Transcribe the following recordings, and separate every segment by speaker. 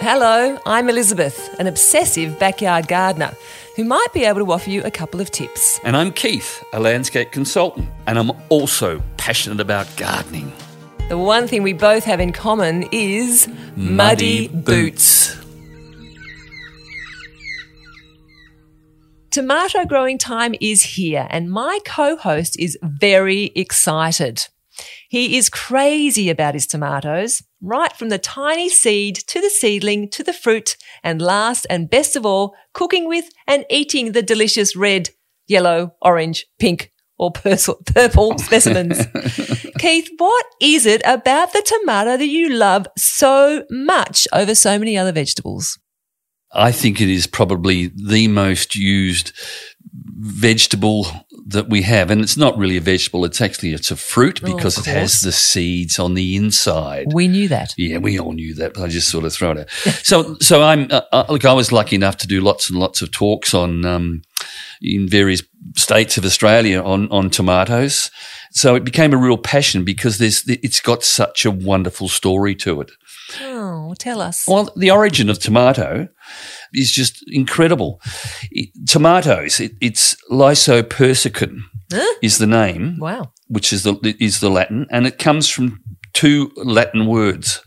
Speaker 1: Hello, I'm Elizabeth, an obsessive backyard gardener who might be able to offer you a couple of tips.
Speaker 2: And I'm Keith, a landscape consultant, and I'm also passionate about gardening.
Speaker 1: The one thing we both have in common is muddy, boots. Tomato growing time is here, and my co host is very excited. He is crazy about his tomatoes, right from the tiny seed to the seedling to the fruit, and last and best of all, cooking with and eating the delicious red, yellow, orange, pink, or purple, purple specimens. Keith, what is it about the tomato that you love so much over so many other vegetables?
Speaker 2: I think it is probably the most used vegetable that we have. And it's not really a vegetable. It's actually, it's a fruit
Speaker 1: Oh, of
Speaker 2: because it
Speaker 1: course.
Speaker 2: has the seeds on the inside.
Speaker 1: We knew that.
Speaker 2: Yeah, we all knew that, but I just sort of throw it out. So, so I'm uh, uh, look. I was lucky enough to do lots and lots of talks on um, in various states of Australia on on tomatoes. So it became a real passion because there's it's got such a wonderful story to it.
Speaker 1: Oh, tell us.
Speaker 2: Well, the origin of tomato is just incredible. It- tomatoes, it, it's Lysopersicum
Speaker 1: Huh?
Speaker 2: is the name,
Speaker 1: Wow.
Speaker 2: which is the is the Latin, and it comes from two Latin words.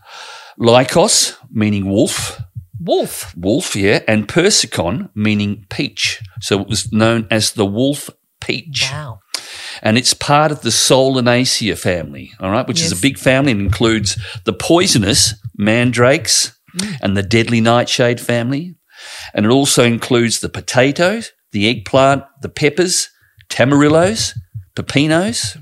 Speaker 2: Lycos, meaning wolf,
Speaker 1: Wolf.
Speaker 2: wolf, yeah, and persicon, meaning peach. So it was known as the wolf peach.
Speaker 1: Wow.
Speaker 2: And it's part of the Solanaceae family, all right, which is
Speaker 1: Yes.
Speaker 2: a big family and includes the poisonous mandrakes and the deadly nightshade family. And it also includes the potatoes, the eggplant, the peppers, tamarillos, pepinos.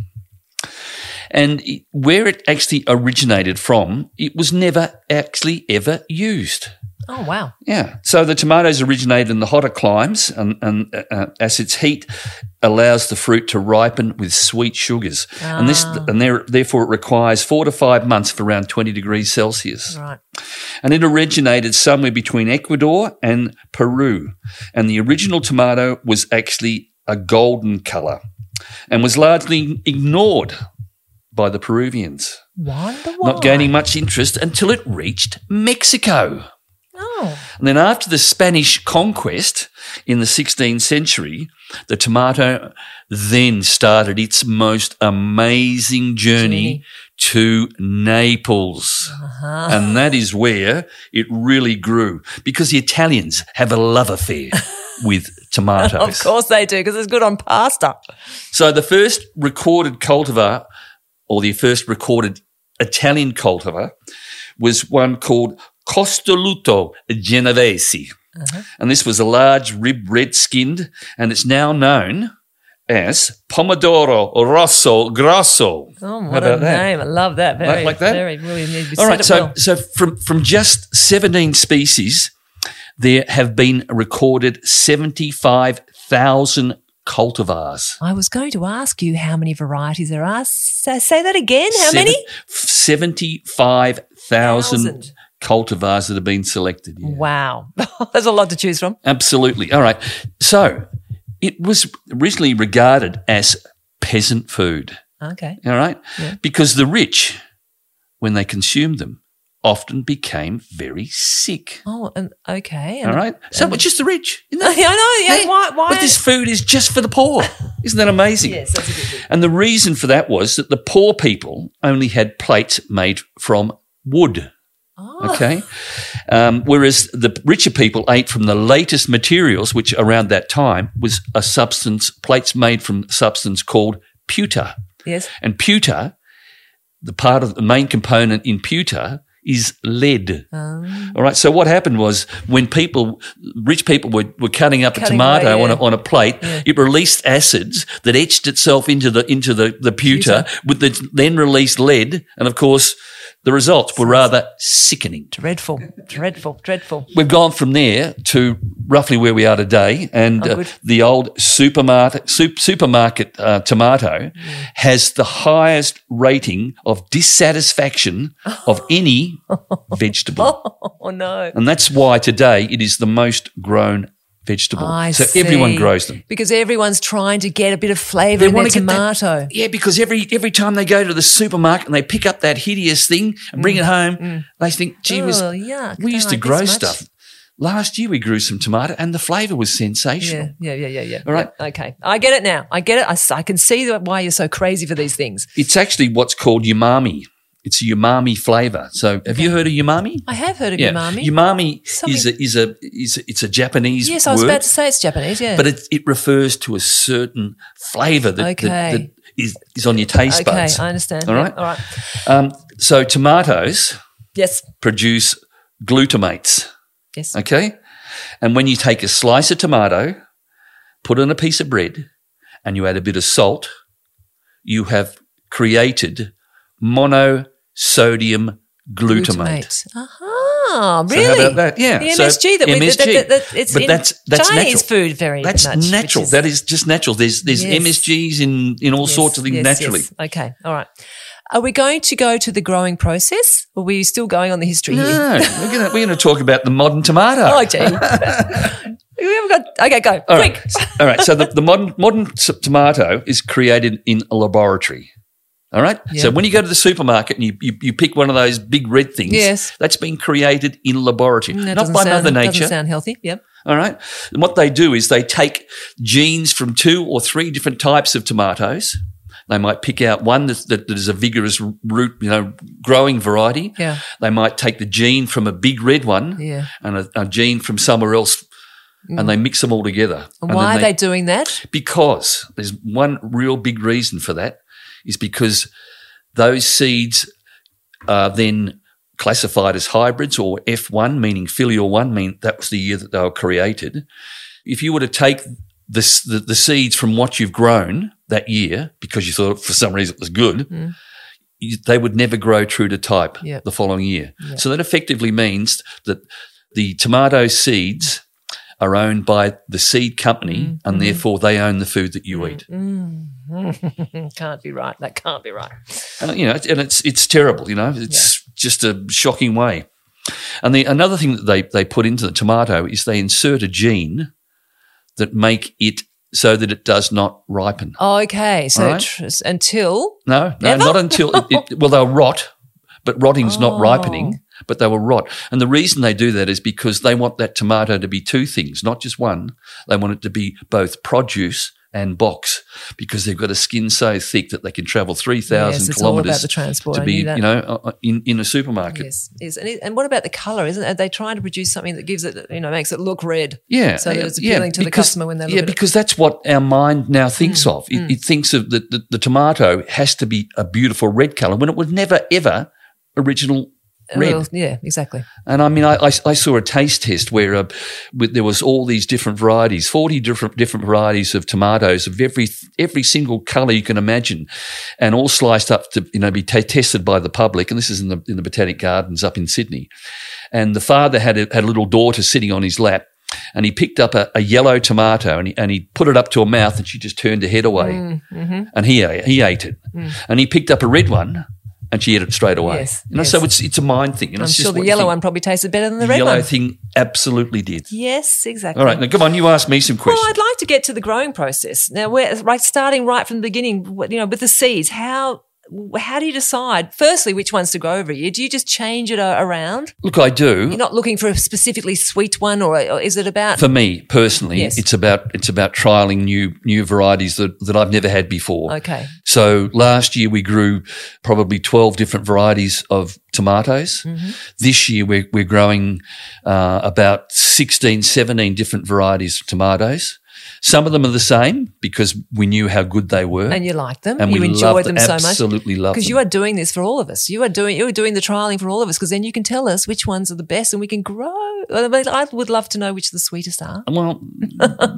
Speaker 2: And it- where it actually originated from, it was never actually ever used.
Speaker 1: Oh, wow.
Speaker 2: Yeah. So the tomatoes originate in the hotter climes, and, and uh, uh, as its heat allows the fruit to ripen with sweet sugars, and this
Speaker 1: Ah.
Speaker 2: and there, therefore it requires four to five months of around twenty degrees Celsius.
Speaker 1: Right.
Speaker 2: And it originated somewhere between Ecuador and Peru, and the original tomato was actually a golden color, and was largely ignored by the Peruvians,
Speaker 1: Wonder why.
Speaker 2: not gaining much interest until it reached Mexico.
Speaker 1: Oh,
Speaker 2: And then after the Spanish conquest in the 16th century, the tomato then started its most amazing journey to Naples. And that is where it really grew because the Italians have a love affair with tomatoes.
Speaker 1: of course they do, because it's good on pasta.
Speaker 2: So the first recorded cultivar, or the first recorded Italian cultivar, was one called Costoluto Genovese. And this was a large rib red skinned, and it's now known as Pomodoro Rosso Grosso.
Speaker 1: Oh,
Speaker 2: How
Speaker 1: what a
Speaker 2: about that?
Speaker 1: name. I love that. Very,
Speaker 2: like that?
Speaker 1: Very, really need to be
Speaker 2: All
Speaker 1: said
Speaker 2: right,
Speaker 1: it
Speaker 2: so
Speaker 1: well.
Speaker 2: so from from just 17 species, there have been recorded 75,000 cultivars.
Speaker 1: I was going to ask you how many varieties there are. So say that again. How many? Thousand.
Speaker 2: 75,000 cultivars that have been selected. yeah.
Speaker 1: Wow. There's a lot to choose from.
Speaker 2: Absolutely. All right. So it was originally regarded as peasant food.
Speaker 1: Okay.
Speaker 2: All right.
Speaker 1: Yeah.
Speaker 2: Because the rich, when they consumed them, often became very sick.
Speaker 1: Oh, and okay.
Speaker 2: All
Speaker 1: And,
Speaker 2: right. So it's just the rich. Isn't
Speaker 1: I
Speaker 2: that?
Speaker 1: know. Yeah,
Speaker 2: Hey,
Speaker 1: why? why
Speaker 2: But this food is just for the poor. Isn't that amazing?
Speaker 1: yes, that's a good thing.
Speaker 2: And the reason for that was that the poor people only had plates made from wood.
Speaker 1: Oh,
Speaker 2: Okay. Um, whereas the richer people ate from the latest materials, which around that time was a substance, plates made from substance called pewter.
Speaker 1: Oh, yes.
Speaker 2: And pewter, the part of the main component in pewter is lead.
Speaker 1: Um,
Speaker 2: All right. So what happened was when people, rich people were, were cutting up
Speaker 1: Cutting
Speaker 2: a tomato
Speaker 1: away,
Speaker 2: on, a,
Speaker 1: yeah.
Speaker 2: on a plate,
Speaker 1: Yeah.
Speaker 2: it released acids that etched itself into the, into the, the pewter with the then released lead. And of course, the results were rather sickening.
Speaker 1: dreadful, dreadful, dreadful.
Speaker 2: We've gone from there to roughly where we are today, and
Speaker 1: Oh,
Speaker 2: uh,
Speaker 1: good.
Speaker 2: the old supermarket sup- supermarket uh, tomato has the highest rating of dissatisfaction of any vegetable,
Speaker 1: Oh no.
Speaker 2: and that's why today it is the most grown vegetable.
Speaker 1: I
Speaker 2: so everyone
Speaker 1: see.
Speaker 2: grows them.
Speaker 1: because everyone's trying to get a bit of flavour in their
Speaker 2: wanna get that-
Speaker 1: tomato.
Speaker 2: Yeah, because every every time they go to the supermarket and they pick up that hideous thing and bring it home, they think, "Gee, was,
Speaker 1: Mm. Oh, yuck,
Speaker 2: we
Speaker 1: don't
Speaker 2: used to
Speaker 1: like this
Speaker 2: grow
Speaker 1: much."
Speaker 2: stuff." Last year we grew some tomato and the flavour was sensational.
Speaker 1: Yeah, yeah, yeah, yeah, yeah.
Speaker 2: All right.
Speaker 1: Yeah, Okay, I get it now. I get it. I, s- I can see that why you're so crazy for these things.
Speaker 2: It's actually what's called umami. It's a umami flavour. So have you heard of umami?
Speaker 1: I have heard of umami.
Speaker 2: Umami
Speaker 1: Something-
Speaker 2: is a, is a is a- it's a Japanese
Speaker 1: yes,
Speaker 2: word,
Speaker 1: I was about to say it's Japanese. Yeah,
Speaker 2: but it, it refers to a certain flavour that, that-
Speaker 1: Okay.
Speaker 2: that is is on your taste
Speaker 1: okay,
Speaker 2: buds.
Speaker 1: I understand.
Speaker 2: All
Speaker 1: Yeah,
Speaker 2: right.
Speaker 1: all right.
Speaker 2: Um, so tomatoes
Speaker 1: Yes,
Speaker 2: produce glutamates.
Speaker 1: yes.
Speaker 2: Okay. And when you take a slice of tomato, put on a piece of bread, and you add a bit of salt, you have created monosodium glutamate.
Speaker 1: Aha,
Speaker 2: So how
Speaker 1: Uh-huh. really?
Speaker 2: about that? Yeah.
Speaker 1: The
Speaker 2: So
Speaker 1: MSG that we that,
Speaker 2: MSG.
Speaker 1: that, that, it's
Speaker 2: But
Speaker 1: in
Speaker 2: that's- that's
Speaker 1: Chinese
Speaker 2: natural.
Speaker 1: food very
Speaker 2: That's
Speaker 1: much. which
Speaker 2: natural.
Speaker 1: is-
Speaker 2: that is just natural. There's there's
Speaker 1: Yes.
Speaker 2: MSGs in in all
Speaker 1: yes,
Speaker 2: sorts of things
Speaker 1: yes,
Speaker 2: naturally.
Speaker 1: yes. Okay, all right. Are we going to go to the growing process? Or are we still going on the history here?
Speaker 2: No, we're gonna we're gonna talk about the modern tomato.
Speaker 1: Oh, gee. we haven't got. Okay, go
Speaker 2: All
Speaker 1: quick.
Speaker 2: right. All right. So the, the modern modern s- tomato is created in a laboratory. All right.
Speaker 1: Yeah.
Speaker 2: So when you go to the supermarket and you, you, you pick one of those big red things,
Speaker 1: Yes. Mm,
Speaker 2: that's been created in a laboratory,
Speaker 1: That
Speaker 2: not
Speaker 1: doesn't
Speaker 2: by
Speaker 1: sound,
Speaker 2: Mother
Speaker 1: Doesn't
Speaker 2: Nature.
Speaker 1: sound healthy. Yep.
Speaker 2: All right. And what they do is they take genes from two or three different types of tomatoes. They might pick out one that, that that is a vigorous root, you know, growing variety.
Speaker 1: Yeah.
Speaker 2: They might take the gene from a big red one
Speaker 1: Yeah.
Speaker 2: and a, a gene from somewhere else, and they mix them all together.
Speaker 1: And
Speaker 2: then
Speaker 1: why are they doing that?
Speaker 2: because there's one real big reason for that is because those seeds are then classified as hybrids or F1, meaning filial one, mean that was the year that they were created. If you were to take the, s- the, the seeds from what you've grown that year because you thought for some reason it was good, you, they would never grow true to type
Speaker 1: Hmm. Yeah.
Speaker 2: the following year. So that effectively means that the tomato seeds are owned by the seed company
Speaker 1: Hmm.
Speaker 2: and therefore they own the food that you
Speaker 1: Mm.
Speaker 2: eat.
Speaker 1: Mm-hmm. can't be right. That can't be right.
Speaker 2: Uh, you know, and it's it's terrible. You know, it's just a shocking way. And the another thing that they they put into the tomato is they insert a gene that make it so that it does not ripen.
Speaker 1: Okay, so
Speaker 2: All right.
Speaker 1: tr- until
Speaker 2: No, no,
Speaker 1: Never?
Speaker 2: not until it, it, well they'll rot, but rotting's
Speaker 1: Oh.
Speaker 2: not ripening, but they will rot. And the reason they do that is because they want that tomato to be two things, not just one. They want it to be both produce and box because they've got a skin so thick that they can travel three thousand
Speaker 1: yes, it's all about
Speaker 2: kilometers
Speaker 1: the transport.
Speaker 2: to
Speaker 1: I
Speaker 2: be
Speaker 1: knew that.
Speaker 2: you know uh, in in a supermarket.
Speaker 1: Yes, yes, and, it, and what about the color? Isn't it? are they trying to produce something that gives it, you know, makes it look red?
Speaker 2: Yeah,
Speaker 1: so that it's
Speaker 2: yeah,
Speaker 1: appealing to the
Speaker 2: because-
Speaker 1: customer when they look
Speaker 2: yeah,
Speaker 1: at Mm,
Speaker 2: because that's what our mind now thinks of. It, it thinks of the, the the tomato has to be a beautiful red color when it was never ever original
Speaker 1: it.
Speaker 2: red.
Speaker 1: Well, yeah, exactly.
Speaker 2: And I mean, I, I, I saw a taste test where uh, with, there was all these different varieties, forty different different varieties of tomatoes of every every single color you can imagine, and all sliced up to you know be ta tested by the public. And this is in the in the Botanic Gardens up in Sydney. And the father had a, had a little daughter sitting on his lap, and he picked up a, a yellow tomato and he, and he put it up to her mouth, and she just turned her head away,
Speaker 1: Mm, mm-hmm.
Speaker 2: and he he ate it, and he picked up a red one. And she ate it straight away.
Speaker 1: Yes,
Speaker 2: you know,
Speaker 1: yes.
Speaker 2: so it's it's a mind thing. You know,
Speaker 1: I'm
Speaker 2: it's just
Speaker 1: sure the
Speaker 2: what you
Speaker 1: yellow one
Speaker 2: think.
Speaker 1: probably tasted better than the
Speaker 2: The
Speaker 1: red
Speaker 2: yellow
Speaker 1: one.
Speaker 2: thing absolutely did.
Speaker 1: Yes, exactly.
Speaker 2: All right, now come on, you asked me some
Speaker 1: Well,
Speaker 2: questions.
Speaker 1: I'd like to get to the growing process now. We're right starting right from the beginning. wh- You know, with the seeds, how how do you decide? Firstly, which ones to grow every year? Do you just change it a- around?
Speaker 2: Look, I do.
Speaker 1: You're not looking for a specifically sweet one, or, or is it about?
Speaker 2: For me personally,
Speaker 1: Yes.
Speaker 2: it's about it's about trialing new new varieties that, that I've never had before.
Speaker 1: okay,
Speaker 2: So last year we grew probably twelve different varieties of tomatoes.
Speaker 1: Mm-hmm.
Speaker 2: This year we're we're growing uh, about 16, 17 different varieties of tomatoes. Some of them are the same because we knew how good they were,
Speaker 1: and you like them,
Speaker 2: and
Speaker 1: you
Speaker 2: we
Speaker 1: enjoy
Speaker 2: loved-
Speaker 1: them so much.
Speaker 2: Absolutely love
Speaker 1: Because you
Speaker 2: them.
Speaker 1: are doing this for all of us. You are doing you are doing the trialing for all of us. Because then you can tell us which ones are the best, and we can grow. I mean, I would love to know which the sweetest are.
Speaker 2: Well,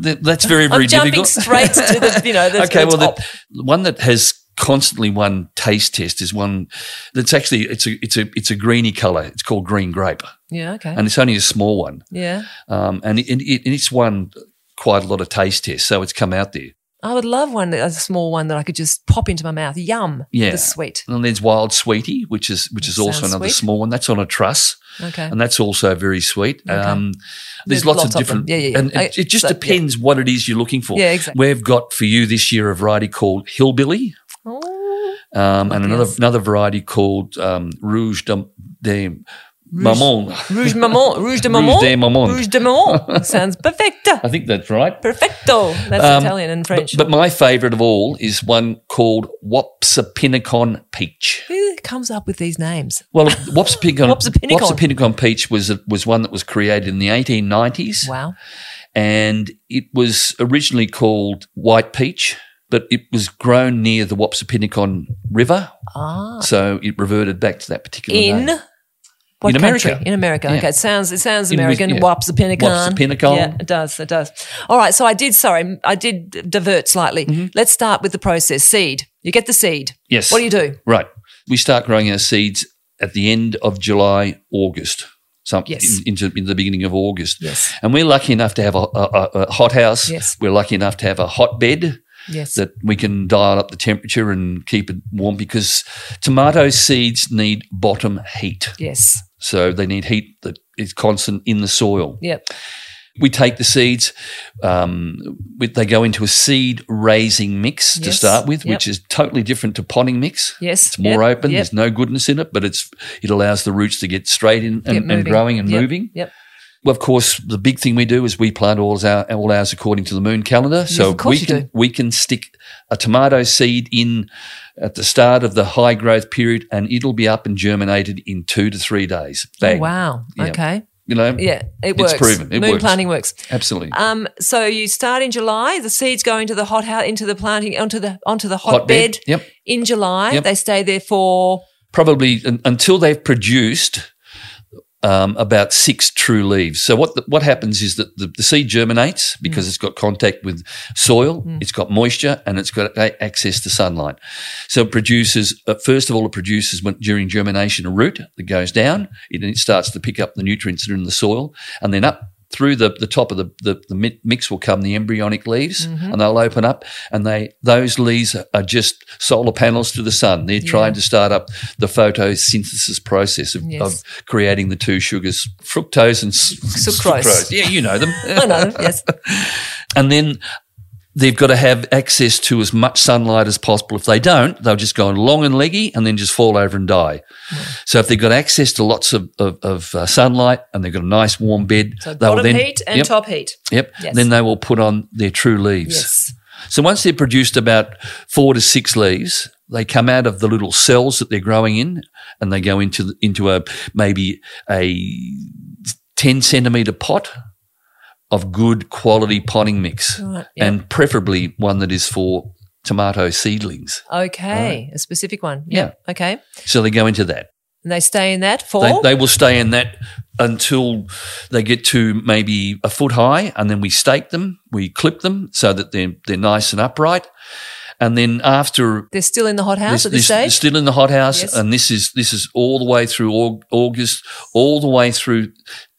Speaker 2: th- that's very, very
Speaker 1: I'm jumping
Speaker 2: difficult.
Speaker 1: straight to the you know the,
Speaker 2: okay,
Speaker 1: the
Speaker 2: well,
Speaker 1: top.
Speaker 2: the, the one that has constantly one taste test is one that's actually it's a it's a it's a greeny color. It's called green grape,
Speaker 1: yeah, okay,
Speaker 2: and it's only a small one,
Speaker 1: yeah,
Speaker 2: um, and it, it, it's won quite a lot of taste tests, so it's come out there.
Speaker 1: I would love one, that- a small one that I could just pop into my mouth. Yum.
Speaker 2: Yeah.
Speaker 1: The sweet.
Speaker 2: And there's wild sweetie, which is which is also
Speaker 1: Sounds
Speaker 2: another
Speaker 1: sweet.
Speaker 2: small one. That's on a truss,
Speaker 1: Okay.
Speaker 2: and that's also very sweet. Um, there's,
Speaker 1: There's
Speaker 2: lots,
Speaker 1: lots
Speaker 2: of
Speaker 1: of
Speaker 2: different,
Speaker 1: them. Yeah, yeah, yeah.
Speaker 2: and it,
Speaker 1: I-
Speaker 2: it just
Speaker 1: so, yeah.
Speaker 2: depends what it is you're looking for.
Speaker 1: Yeah, exactly.
Speaker 2: We've got for you this year a variety called Hillbilly,
Speaker 1: Oh,
Speaker 2: um, and another
Speaker 1: Yes.
Speaker 2: another variety called um, Rouge de, de Maman.
Speaker 1: Rouge Maman. Rouge de Maman.
Speaker 2: Rouge de Maman.
Speaker 1: Rouge de Maman. Sounds perfecta.
Speaker 2: I think that's right.
Speaker 1: Perfecto. That's Italian and
Speaker 2: Um, But,
Speaker 1: French.
Speaker 2: but my favourite of all is one called Wapsipinicon Peach.
Speaker 1: Who comes up with these names?
Speaker 2: Well, Wapsipinicon,
Speaker 1: Wapsipinicon.
Speaker 2: Wapsipinicon Peach was a, was one that was created in the 1890s,
Speaker 1: Wow.
Speaker 2: and it was originally called White Peach, but it was grown near the Wapsipinicon River,
Speaker 1: Ah.
Speaker 2: so it reverted back to that particular
Speaker 1: In.
Speaker 2: name.
Speaker 1: What
Speaker 2: In
Speaker 1: country?
Speaker 2: America.
Speaker 1: In America.
Speaker 2: Yeah.
Speaker 1: Okay. It sounds it sounds
Speaker 2: In Wis-
Speaker 1: American.
Speaker 2: yeah.
Speaker 1: Wops the Pentagon.
Speaker 2: Wops the Pentagon.
Speaker 1: Yeah, it does. It does. All right. So I did sorry, I did divert slightly. Let's start with the process. Seed. You get the seed.
Speaker 2: Mm-hmm. Yes.
Speaker 1: What do you do?
Speaker 2: Right, we start growing our seeds at the end of July, August. Some,
Speaker 1: Yes.
Speaker 2: in- into, into the beginning of August.
Speaker 1: Yes.
Speaker 2: And we're lucky enough to have a, a, a- a hot house.
Speaker 1: Yes.
Speaker 2: We're lucky enough to have a hotbed.
Speaker 1: Yes.
Speaker 2: that we can dial up the temperature and keep it warm because tomato seeds need bottom heat.
Speaker 1: yes.
Speaker 2: So they need heat that is constant in the soil.
Speaker 1: Yep.
Speaker 2: We take the seeds, um, we, they go into a seed raising mix to
Speaker 1: Yes.
Speaker 2: start with,
Speaker 1: Yep.
Speaker 2: which is totally different to potting mix.
Speaker 1: Yes.
Speaker 2: It's more
Speaker 1: Yep.
Speaker 2: open.
Speaker 1: Yep.
Speaker 2: There's no goodness in it, but it's it allows the roots to get straight in
Speaker 1: Get
Speaker 2: and, and
Speaker 1: moving.
Speaker 2: growing and
Speaker 1: Yep.
Speaker 2: moving.
Speaker 1: Yep.
Speaker 2: Well, of course, the big thing we do is we plant all our all ours according to the moon calendar. So
Speaker 1: of course
Speaker 2: we
Speaker 1: you
Speaker 2: can
Speaker 1: do.
Speaker 2: we can stick a tomato seed in at the start of the high growth period, and it'll be up and germinated in two to three days. Bang!
Speaker 1: Oh, Wow.
Speaker 2: Yeah.
Speaker 1: Okay.
Speaker 2: You know,
Speaker 1: Yeah. It
Speaker 2: It's
Speaker 1: works.
Speaker 2: proven. It
Speaker 1: Moon
Speaker 2: works.
Speaker 1: planting works.
Speaker 2: absolutely.
Speaker 1: Um, so you start in July. The seeds go into the hot house, into the planting, onto the onto the hotbed
Speaker 2: Yep.
Speaker 1: in July.
Speaker 2: Yep.
Speaker 1: They stay there for
Speaker 2: Probably un- until they've produced. Um, about six true leaves. So what the, what happens is that the, the seed germinates because it's got contact with soil, it's got moisture, and it's got a- access to sunlight. So it produces, uh, first of all, it produces when, during germination a root that goes down. It, it starts to pick up the nutrients that are in the soil. And then up through the, the top of the, the, the mi- mix will come the embryonic leaves
Speaker 1: Mm-hmm.
Speaker 2: and they'll open up. And they those leaves are just solar panels to the sun. They're trying to start up the photosynthesis process of,
Speaker 1: Yes.
Speaker 2: of creating the two sugars, fructose and s-
Speaker 1: Sucrose.
Speaker 2: sucrose. Yeah, you know them.
Speaker 1: I know. Yes.
Speaker 2: And then they've got to have access to as much sunlight as possible. If they don't, they'll just go on long and leggy and then just fall over and die. So if they've got access to lots of, of, of uh, sunlight and they've got a nice warm bed,
Speaker 1: So
Speaker 2: they'll
Speaker 1: bottom
Speaker 2: then,
Speaker 1: heat and
Speaker 2: yep,
Speaker 1: top heat.
Speaker 2: Yep.
Speaker 1: Yes.
Speaker 2: Then they will put on their true leaves.
Speaker 1: Yes.
Speaker 2: So once they've produced about four to six leaves, they come out of the little cells that they're growing in, and they go into the- into a maybe a ten centimeter pot of good quality potting mix,
Speaker 1: Right, yeah.
Speaker 2: and preferably one that is for tomato seedlings.
Speaker 1: Okay. A specific one.
Speaker 2: Yeah.
Speaker 1: Yeah. Okay.
Speaker 2: So they go into that.
Speaker 1: And they stay in that for.
Speaker 2: They, they will stay in that until they get to maybe a foot high, and then we stake them, we clip them so that they're they're nice and upright, and then after
Speaker 1: They're still in the hot house
Speaker 2: This-
Speaker 1: at this,
Speaker 2: this-
Speaker 1: stage.
Speaker 2: Still in the hothouse,
Speaker 1: Yes.
Speaker 2: and this is this is all the way through Au- August, all the way through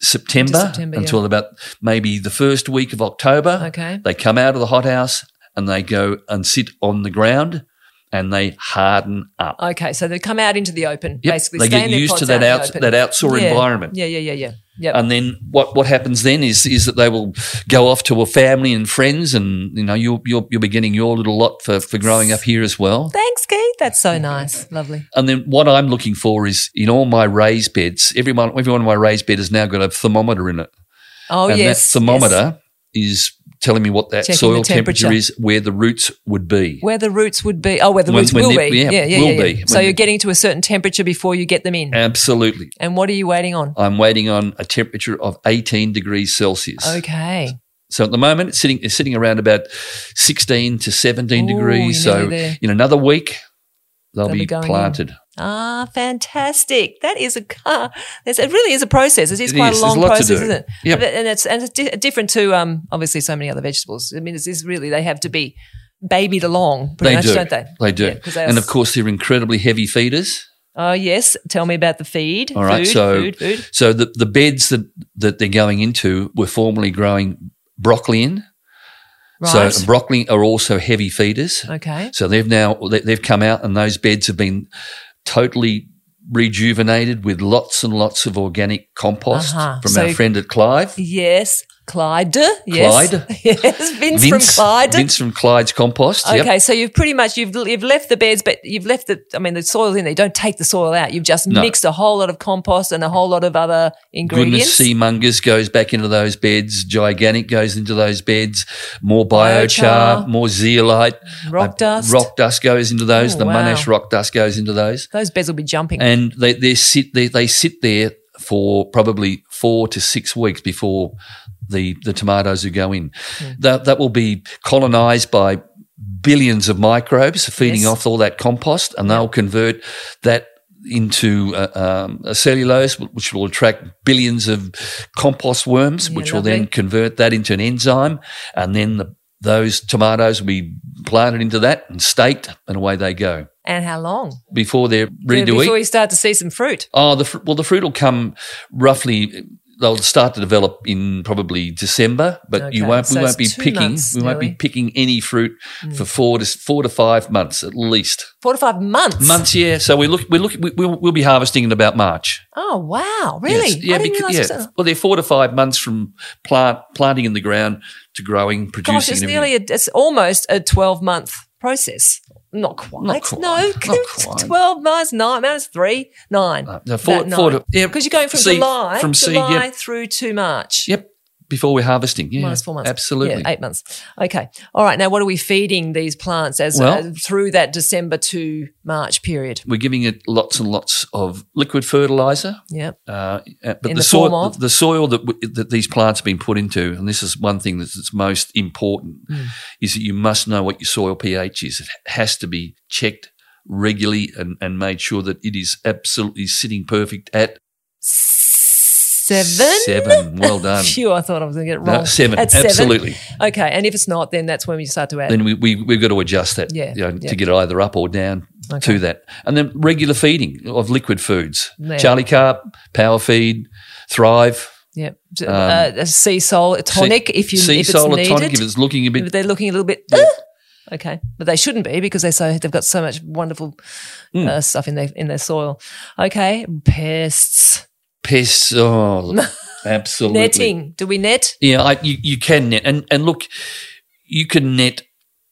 Speaker 2: September,
Speaker 1: Into September, yeah.
Speaker 2: until about maybe the first week of October.
Speaker 1: Okay.
Speaker 2: they come out of the hothouse and they go and sit on the ground, and they harden up.
Speaker 1: okay. So they come out into the open.
Speaker 2: Yep,
Speaker 1: Basically,
Speaker 2: they
Speaker 1: stay
Speaker 2: get
Speaker 1: in their
Speaker 2: used
Speaker 1: pods
Speaker 2: to
Speaker 1: out in
Speaker 2: that
Speaker 1: the
Speaker 2: outs-
Speaker 1: open.
Speaker 2: that outdoor
Speaker 1: Yeah.
Speaker 2: environment.
Speaker 1: Yeah. Yeah. Yeah. Yeah. Yep.
Speaker 2: And then what, what happens then is is that they will go off to a family and friends, and you know you'll you'll, you'll be getting your little lot for, for growing up here as well.
Speaker 1: Thanks, Keith. That's so nice. Lovely.
Speaker 2: And then what I'm looking for is in all my raised beds, everyone, every one of my raised bed has now got a thermometer in it.
Speaker 1: Oh yes.
Speaker 2: and that
Speaker 1: yes.
Speaker 2: thermometer is telling me what that
Speaker 1: Checking
Speaker 2: soil
Speaker 1: the temperature.
Speaker 2: temperature is where the roots would be.
Speaker 1: Where the roots would be. Oh, where the
Speaker 2: When-
Speaker 1: roots
Speaker 2: when
Speaker 1: will
Speaker 2: they-
Speaker 1: be.
Speaker 2: yeah,
Speaker 1: yeah.
Speaker 2: will
Speaker 1: yeah,
Speaker 2: be.
Speaker 1: So
Speaker 2: When-
Speaker 1: you're getting to a certain temperature before you get them in.
Speaker 2: Absolutely.
Speaker 1: and what are you waiting on?
Speaker 2: I'm waiting on a temperature of 18 degrees Celsius.
Speaker 1: Okay.
Speaker 2: So at the moment it's sitting it's sitting around about 16 to 17
Speaker 1: Ooh,
Speaker 2: degrees.
Speaker 1: you're
Speaker 2: So
Speaker 1: nearly there.
Speaker 2: in another week they'll,
Speaker 1: They'll
Speaker 2: be,
Speaker 1: be going in.
Speaker 2: planted.
Speaker 1: Ah, fantastic! That is a car. It's, it really is a process. It is
Speaker 2: It
Speaker 1: quite
Speaker 2: is.
Speaker 1: a long
Speaker 2: There's a lot to
Speaker 1: process,
Speaker 2: do.
Speaker 1: isn't it?
Speaker 2: Yep.
Speaker 1: But- And it's and it's di- different to um obviously so many other vegetables. I mean, it's, it's really they have to be babied along, pretty
Speaker 2: They
Speaker 1: much,
Speaker 2: do.
Speaker 1: not they?
Speaker 2: do.
Speaker 1: Yeah, 'cause they are
Speaker 2: and of
Speaker 1: s-
Speaker 2: course they're incredibly heavy feeders.
Speaker 1: Oh yes, tell me about the feed.
Speaker 2: All right,
Speaker 1: food,
Speaker 2: so
Speaker 1: food, food.
Speaker 2: so the, the beds that, that they're going into were formerly growing broccoli in,
Speaker 1: Right.
Speaker 2: So broccoli are also heavy feeders.
Speaker 1: okay.
Speaker 2: So they've now they- they've come out, and those beds have been totally rejuvenated with lots and lots of organic compost
Speaker 1: Uh-huh.
Speaker 2: from
Speaker 1: So-
Speaker 2: our friend at Clive.
Speaker 1: Yes. Clyde. Yes.
Speaker 2: Clyde?
Speaker 1: Yes. Vince, from Clyde.
Speaker 2: Vince from Clyde's compost.
Speaker 1: Okay,
Speaker 2: Yep.
Speaker 1: so you've pretty much you've you've left the beds, but you've left the I mean the soil in there. You don't take the soil out. You've just
Speaker 2: No.
Speaker 1: mixed a whole lot of compost and a whole lot of other
Speaker 2: Goodness,
Speaker 1: ingredients.
Speaker 2: seamongers goes back into those beds. Gigantic goes into those beds. More
Speaker 1: Biochar.
Speaker 2: biochar, more zeolite.
Speaker 1: Rock
Speaker 2: Uh,
Speaker 1: dust.
Speaker 2: Rock dust goes into those.
Speaker 1: Oh,
Speaker 2: the
Speaker 1: wow.
Speaker 2: Monash rock dust goes into those.
Speaker 1: Those beds will be jumping.
Speaker 2: and they, they sit they, they sit there for probably four to six weeks before the the tomatoes who go in.
Speaker 1: Hmm.
Speaker 2: That that will be colonized by billions of microbes feeding
Speaker 1: Yes.
Speaker 2: off all that compost, and they'll convert that into uh, um, a cellulose, which will attract billions of compost worms,
Speaker 1: Yeah,
Speaker 2: which will then
Speaker 1: lovely.
Speaker 2: convert that into an enzyme, and then the those tomatoes will be planted into that and staked, and away they go.
Speaker 1: and how long?
Speaker 2: Before they're ready to eat,
Speaker 1: Before you start to see some fruit.
Speaker 2: Oh, the fr- well, the fruit will come roughly. They'll start to develop in probably December, but you
Speaker 1: Okay,
Speaker 2: won't.
Speaker 1: so
Speaker 2: we
Speaker 1: it's
Speaker 2: won't be
Speaker 1: two
Speaker 2: picking.
Speaker 1: months
Speaker 2: we won't be
Speaker 1: nearly. Hmm.
Speaker 2: picking any fruit for four to four to five months at least.
Speaker 1: Four to five months.
Speaker 2: Months, yeah. So we look. We look. We, we'll, we'll be harvesting in about March.
Speaker 1: Oh wow! Really?
Speaker 2: Yes. Yeah.
Speaker 1: I didn't
Speaker 2: becau-
Speaker 1: realize
Speaker 2: yeah. Well, they're four to five months from plant planting in the ground to growing, producing.
Speaker 1: Gosh, it's
Speaker 2: and everything.
Speaker 1: nearly a, it's almost a twelve month process. Not quite.
Speaker 2: Not quite,
Speaker 1: No,
Speaker 2: not quite.
Speaker 1: twelve months. Nine minus three. Nine.
Speaker 2: Uh, no, four- four to- yeah,
Speaker 1: Because you're going from
Speaker 2: seed-
Speaker 1: July,
Speaker 2: from seed,
Speaker 1: July
Speaker 2: yep.
Speaker 1: through to March.
Speaker 2: Yep. Before we're harvesting, yeah,
Speaker 1: Minus four months.
Speaker 2: Absolutely.
Speaker 1: Yeah, eight months. Okay. All right. Now, what are we feeding these plants as
Speaker 2: Well-
Speaker 1: uh, through that December to March period?
Speaker 2: We're giving it lots and lots of liquid fertilizer,
Speaker 1: Yeah.
Speaker 2: Uh, uh, but
Speaker 1: In
Speaker 2: the,
Speaker 1: the
Speaker 2: soil,
Speaker 1: form of?
Speaker 2: the soil that, w- that these plants have been put into, and this is one thing that's, that's most important,
Speaker 1: Hmm.
Speaker 2: is that you must know what your soil pH is. It has to be checked regularly and, and made sure that it is absolutely sitting perfect at
Speaker 1: Seven.
Speaker 2: Seven. Well done.
Speaker 1: Phew, I thought I was going to get it wrong.
Speaker 2: No, seven.
Speaker 1: At
Speaker 2: absolutely.
Speaker 1: Okay. And if it's not, then that's when we start to add.
Speaker 2: Then we, we, we've got to adjust that
Speaker 1: Yeah,
Speaker 2: you know,
Speaker 1: yeah.
Speaker 2: to get it either up or down to that. And then regular feeding of liquid foods
Speaker 1: Yeah.
Speaker 2: Charlie Carp, Power Feed, Thrive.
Speaker 1: yeah. uh, a sea sol tonic if you
Speaker 2: um, sea
Speaker 1: if it's
Speaker 2: salt or
Speaker 1: needed.
Speaker 2: tonic if it's looking a bit
Speaker 1: If they're looking a little bit. "Ugh," Okay, but they shouldn't be because they so they've got so much wonderful
Speaker 2: Hmm.
Speaker 1: uh, stuff in their in their soil. Okay, pests,
Speaker 2: Piss. Oh, absolutely.
Speaker 1: netting. Do we net?
Speaker 2: Yeah, I, you, you can net. And, and look, you can net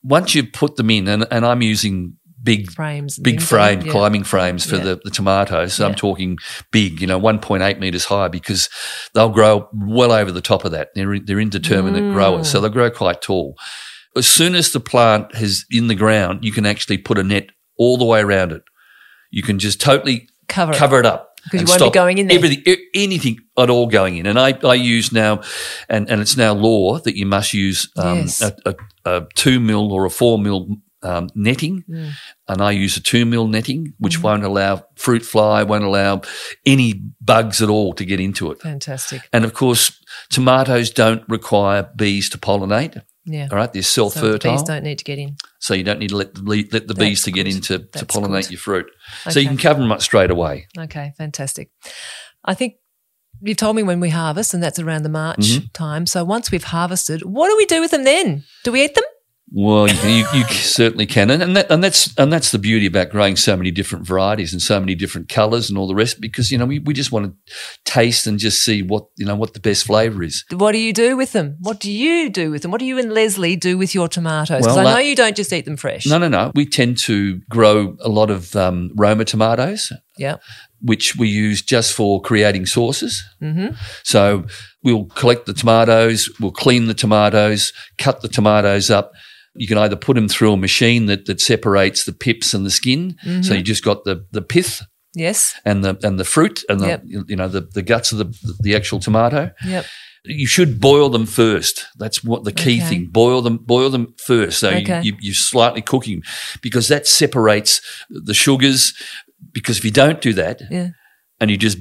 Speaker 2: once you put them in, and, and I'm using big.
Speaker 1: frames. and
Speaker 2: Big
Speaker 1: things like
Speaker 2: frame,
Speaker 1: that. Yeah.
Speaker 2: climbing frames for
Speaker 1: Yeah.
Speaker 2: the, the tomatoes. So I'm
Speaker 1: Yeah.
Speaker 2: talking big, you know, 1.8 meters high because they'll grow well over the top of that. They're, they're indeterminate
Speaker 1: Mm.
Speaker 2: growers, so they'll grow quite tall. As soon as the plant is in the ground, you can actually put a net all the way around it. You can just totally
Speaker 1: Cover it.
Speaker 2: cover it up.
Speaker 1: 'Cause you
Speaker 2: and
Speaker 1: won't be
Speaker 2: stop
Speaker 1: going in there.
Speaker 2: Everything, e- anything at all going in. And I, I use now, and, and it's now law that you must use um,
Speaker 1: Yes.
Speaker 2: a, a, a two mil or a four mil um, netting.
Speaker 1: Hmm.
Speaker 2: And I use a two mil netting, which
Speaker 1: Mm-hmm.
Speaker 2: won't allow fruit fly, won't allow any bugs at all to get into it.
Speaker 1: Fantastic.
Speaker 2: And of course, tomatoes don't require bees to pollinate.
Speaker 1: Yeah.
Speaker 2: All right, they're
Speaker 1: So
Speaker 2: self-fertile,
Speaker 1: the bees don't need to get in.
Speaker 2: so you don't need to let the, le- let the bees
Speaker 1: That's
Speaker 2: to get
Speaker 1: good.
Speaker 2: into to
Speaker 1: That's
Speaker 2: pollinate
Speaker 1: good.
Speaker 2: your fruit. So you
Speaker 1: Okay.
Speaker 2: can cover them up straight away.
Speaker 1: Okay, fantastic. I think you've told me when we harvest, and that's around the March
Speaker 2: Mm-hmm.
Speaker 1: time. So once we've harvested, what do we do with them then? Do we eat them?
Speaker 2: Well, you, you, you certainly can, and, and that and that's and that's the beauty about growing so many different varieties and so many different colours and all the rest. Because you know we, we just want to taste and just see what you know what the best flavour is.
Speaker 1: What do you do with them? What do you do with them? What do you and Leslie do with your tomatoes? Because
Speaker 2: Well,
Speaker 1: I
Speaker 2: that-
Speaker 1: know you don't just eat them fresh.
Speaker 2: No, no, no. We tend to grow a lot of um, Roma tomatoes,
Speaker 1: Yeah.
Speaker 2: which we use just for creating sauces.
Speaker 1: hmm
Speaker 2: So we'll collect the tomatoes, we'll clean the tomatoes, cut the tomatoes up. You can either put them through a machine that, that separates the pips and the skin. So you just got the, the pith
Speaker 1: Yes.
Speaker 2: and the and the fruit and the
Speaker 1: Yep.
Speaker 2: you know the, the guts of the the actual tomato.
Speaker 1: Yep.
Speaker 2: You should boil them first. That's what the key
Speaker 1: Okay.
Speaker 2: thing. Boil them boil them first. So
Speaker 1: Okay.
Speaker 2: you, you, you slightly cook them because that separates the sugars. Because if you don't do that,
Speaker 1: Yeah.
Speaker 2: and you just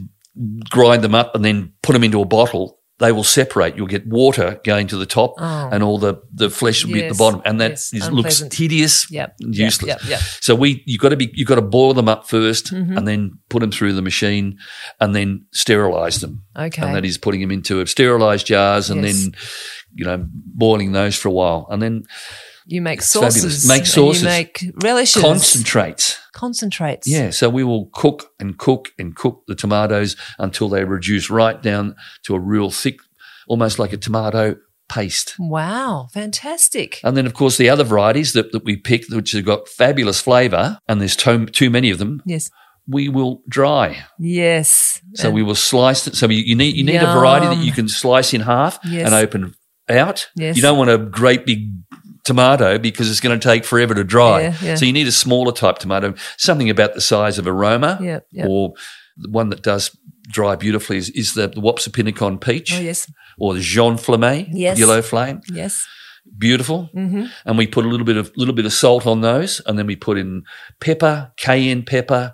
Speaker 2: grind them up and then put them into a bottle, they will separate. You'll get water going to the top
Speaker 1: Oh.
Speaker 2: and all the, the flesh will be at
Speaker 1: Yes,
Speaker 2: the bottom. And that
Speaker 1: yes,
Speaker 2: is- looks
Speaker 1: unpleasant.
Speaker 2: hideous
Speaker 1: Yep.
Speaker 2: and
Speaker 1: Yep,
Speaker 2: useless.
Speaker 1: Yep. Yep.
Speaker 2: So we you've got to be you've got to boil them up 1st
Speaker 1: Mm-hmm.
Speaker 2: and then put them through the machine and then sterilize them.
Speaker 1: Okay.
Speaker 2: And that is putting them into sterilized jars and
Speaker 1: Yes.
Speaker 2: then you know, boiling those for a while. And then
Speaker 1: You make
Speaker 2: fabulous.
Speaker 1: sauces.
Speaker 2: Make
Speaker 1: and
Speaker 2: sauces.
Speaker 1: You make relishes.
Speaker 2: concentrates.
Speaker 1: Concentrates.
Speaker 2: Yeah, so we will cook and cook and cook the tomatoes until they reduce right down to a real thick, almost like a tomato paste.
Speaker 1: Wow. Fantastic.
Speaker 2: And then, of course, the other varieties that, that we pick, which have got fabulous flavour, and there's to- too many of them,
Speaker 1: yes.
Speaker 2: we will dry.
Speaker 1: Yes.
Speaker 2: So
Speaker 1: And-
Speaker 2: we will slice it. So you, you need you need a variety that
Speaker 1: Yum.
Speaker 2: you can slice in half
Speaker 1: Yes.
Speaker 2: and open out.
Speaker 1: Yes.
Speaker 2: You don't want a great big tomato because it's going to take forever to dry.
Speaker 1: Yeah, yeah.
Speaker 2: So you need a smaller type tomato, something about the size of aroma,
Speaker 1: Yeah, yeah.
Speaker 2: or the one that does dry beautifully is, is the, the Wapsipinicon peach
Speaker 1: Oh, yes.
Speaker 2: or the Jean Flamme,
Speaker 1: Yes.
Speaker 2: yellow flame.
Speaker 1: Yes.
Speaker 2: Beautiful. Mm-hmm. And we put a little bit of little bit of salt on those, and then we put in pepper, cayenne pepper.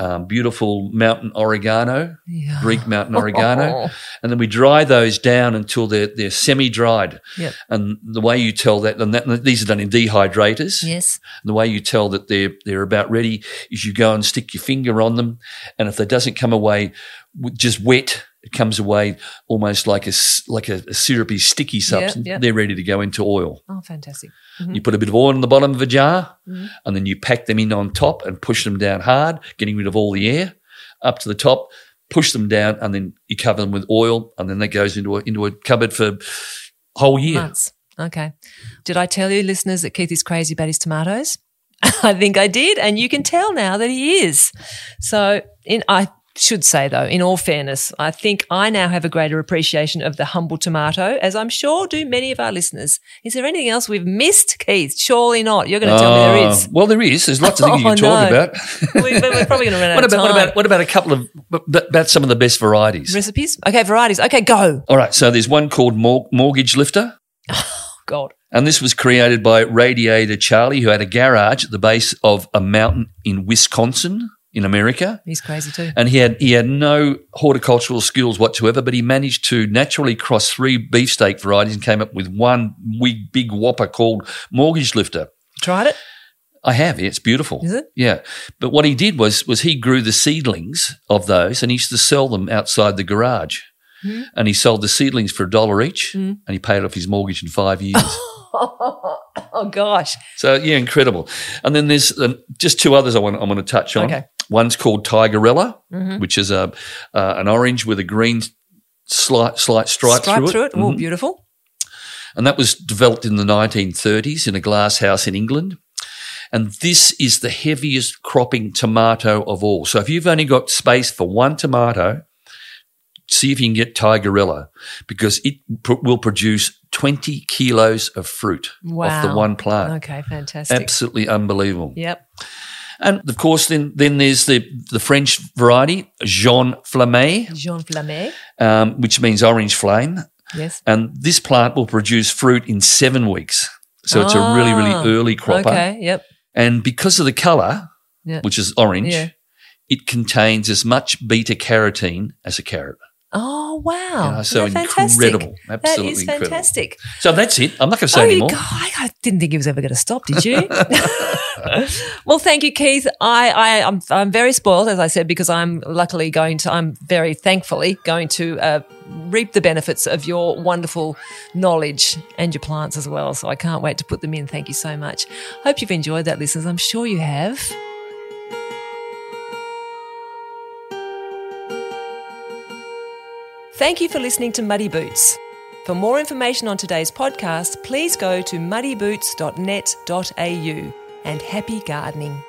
Speaker 2: Um, beautiful mountain oregano,
Speaker 1: Yeah.
Speaker 2: Greek mountain oregano, and then we dry those down until they're they're semi-dried.
Speaker 1: Yep.
Speaker 2: And the way you tell that, and that, these are done in dehydrators.
Speaker 1: Yes.
Speaker 2: And the way you tell that they're they're about ready is you go and stick your finger on them, and if they doesn't come away w- just wet, it comes away almost like a s- like a, a syrupy sticky substance.
Speaker 1: yep.
Speaker 2: They're ready to go into oil.
Speaker 1: Oh, fantastic.
Speaker 2: You put a bit of oil in the bottom of a jar,
Speaker 1: Mm-hmm.
Speaker 2: and then you pack them in on top and push them down hard, getting rid of all the air up to the top. Push them down, and then you cover them with oil, and then that goes into a, into a cupboard for whole year.
Speaker 1: Months. Okay. Did I tell you, listeners, that Keith is crazy about his tomatoes? I think I did, and you can tell now that he is. So, in I should say though, in all fairness, I think I now have a greater appreciation of the humble tomato, as I'm sure do many of our listeners. Is there anything else we've missed, Keith? Surely not. You're going to tell me there
Speaker 2: Oh,
Speaker 1: is.
Speaker 2: Well, there is. There's lots of things you
Speaker 1: Oh,
Speaker 2: can talk
Speaker 1: no.
Speaker 2: about.
Speaker 1: We, we're probably going to run out
Speaker 2: what
Speaker 1: of
Speaker 2: about
Speaker 1: time.
Speaker 2: what about what about a couple of but- about some of the best varieties?
Speaker 1: recipes? Okay, varieties. Okay, go.
Speaker 2: All right, so there's one called Mor- Mortgage Lifter,
Speaker 1: God.
Speaker 2: and this was created by Radiator Charlie, who had a garage at the base of a mountain in Wisconsin, in America.
Speaker 1: He's crazy too.
Speaker 2: And he had he had no horticultural skills whatsoever, but he managed to naturally cross three beefsteak varieties and came up with one big, big whopper called Mortgage Lifter.
Speaker 1: Tried it?
Speaker 2: I have. It's beautiful.
Speaker 1: Is it?
Speaker 2: Yeah. But what he did was was he grew the seedlings of those and he used to sell them outside the garage.
Speaker 1: Hmm.
Speaker 2: And he sold the seedlings for a dollar each and he paid off his mortgage in five years.
Speaker 1: Oh gosh.
Speaker 2: so, yeah, incredible. And then there's um, just two others I want, I want to touch on.
Speaker 1: Okay. Mm-hmm.
Speaker 2: One's called Tigerella, which is a uh, an orange with a green slight, slight stripe,
Speaker 1: Stripe through it. Oh,
Speaker 2: Mhm.
Speaker 1: beautiful.
Speaker 2: And that was developed in the 1930s in a glass house in England. And this is the heaviest cropping tomato of all. So if you've only got space for one tomato, see if you can get Tigerella because it pr- will produce 20 kilos of fruit off the
Speaker 1: Wow.
Speaker 2: one plant.
Speaker 1: Okay, fantastic.
Speaker 2: Absolutely unbelievable.
Speaker 1: Yep.
Speaker 2: And of course, then then there's the, the French variety, Jean Flamme,
Speaker 1: Jean Flamet.
Speaker 2: um, which means orange flame.
Speaker 1: Yes.
Speaker 2: And this plant will produce fruit in seven weeks. So it's a really,
Speaker 1: Ah,
Speaker 2: really early cropper.
Speaker 1: Okay. Yep.
Speaker 2: And because of the color,
Speaker 1: Yeah.
Speaker 2: which is orange,
Speaker 1: Yeah.
Speaker 2: it contains as much beta carotene as a carrot.
Speaker 1: Oh wow!
Speaker 2: You know, so
Speaker 1: Isn't that fantastic?
Speaker 2: incredible. Absolutely
Speaker 1: that is
Speaker 2: incredible.
Speaker 1: fantastic.
Speaker 2: So that's it. I'm not going to say
Speaker 1: Oh,
Speaker 2: any
Speaker 1: you
Speaker 2: more.
Speaker 1: God, I didn't think he was ever going to stop. Did you? well, thank you, Keith. I, I, I'm, I'm very spoiled, as I said, because I'm luckily going to. I'm very thankfully going to uh, reap the benefits of your wonderful knowledge and your plants as well. So I can't wait to put them in. Thank you so much. Hope you've enjoyed that, listeners. I'm sure you have. Thank you for listening to Muddy Boots. For more information on today's podcast, please go to muddyboots.net.au and happy gardening.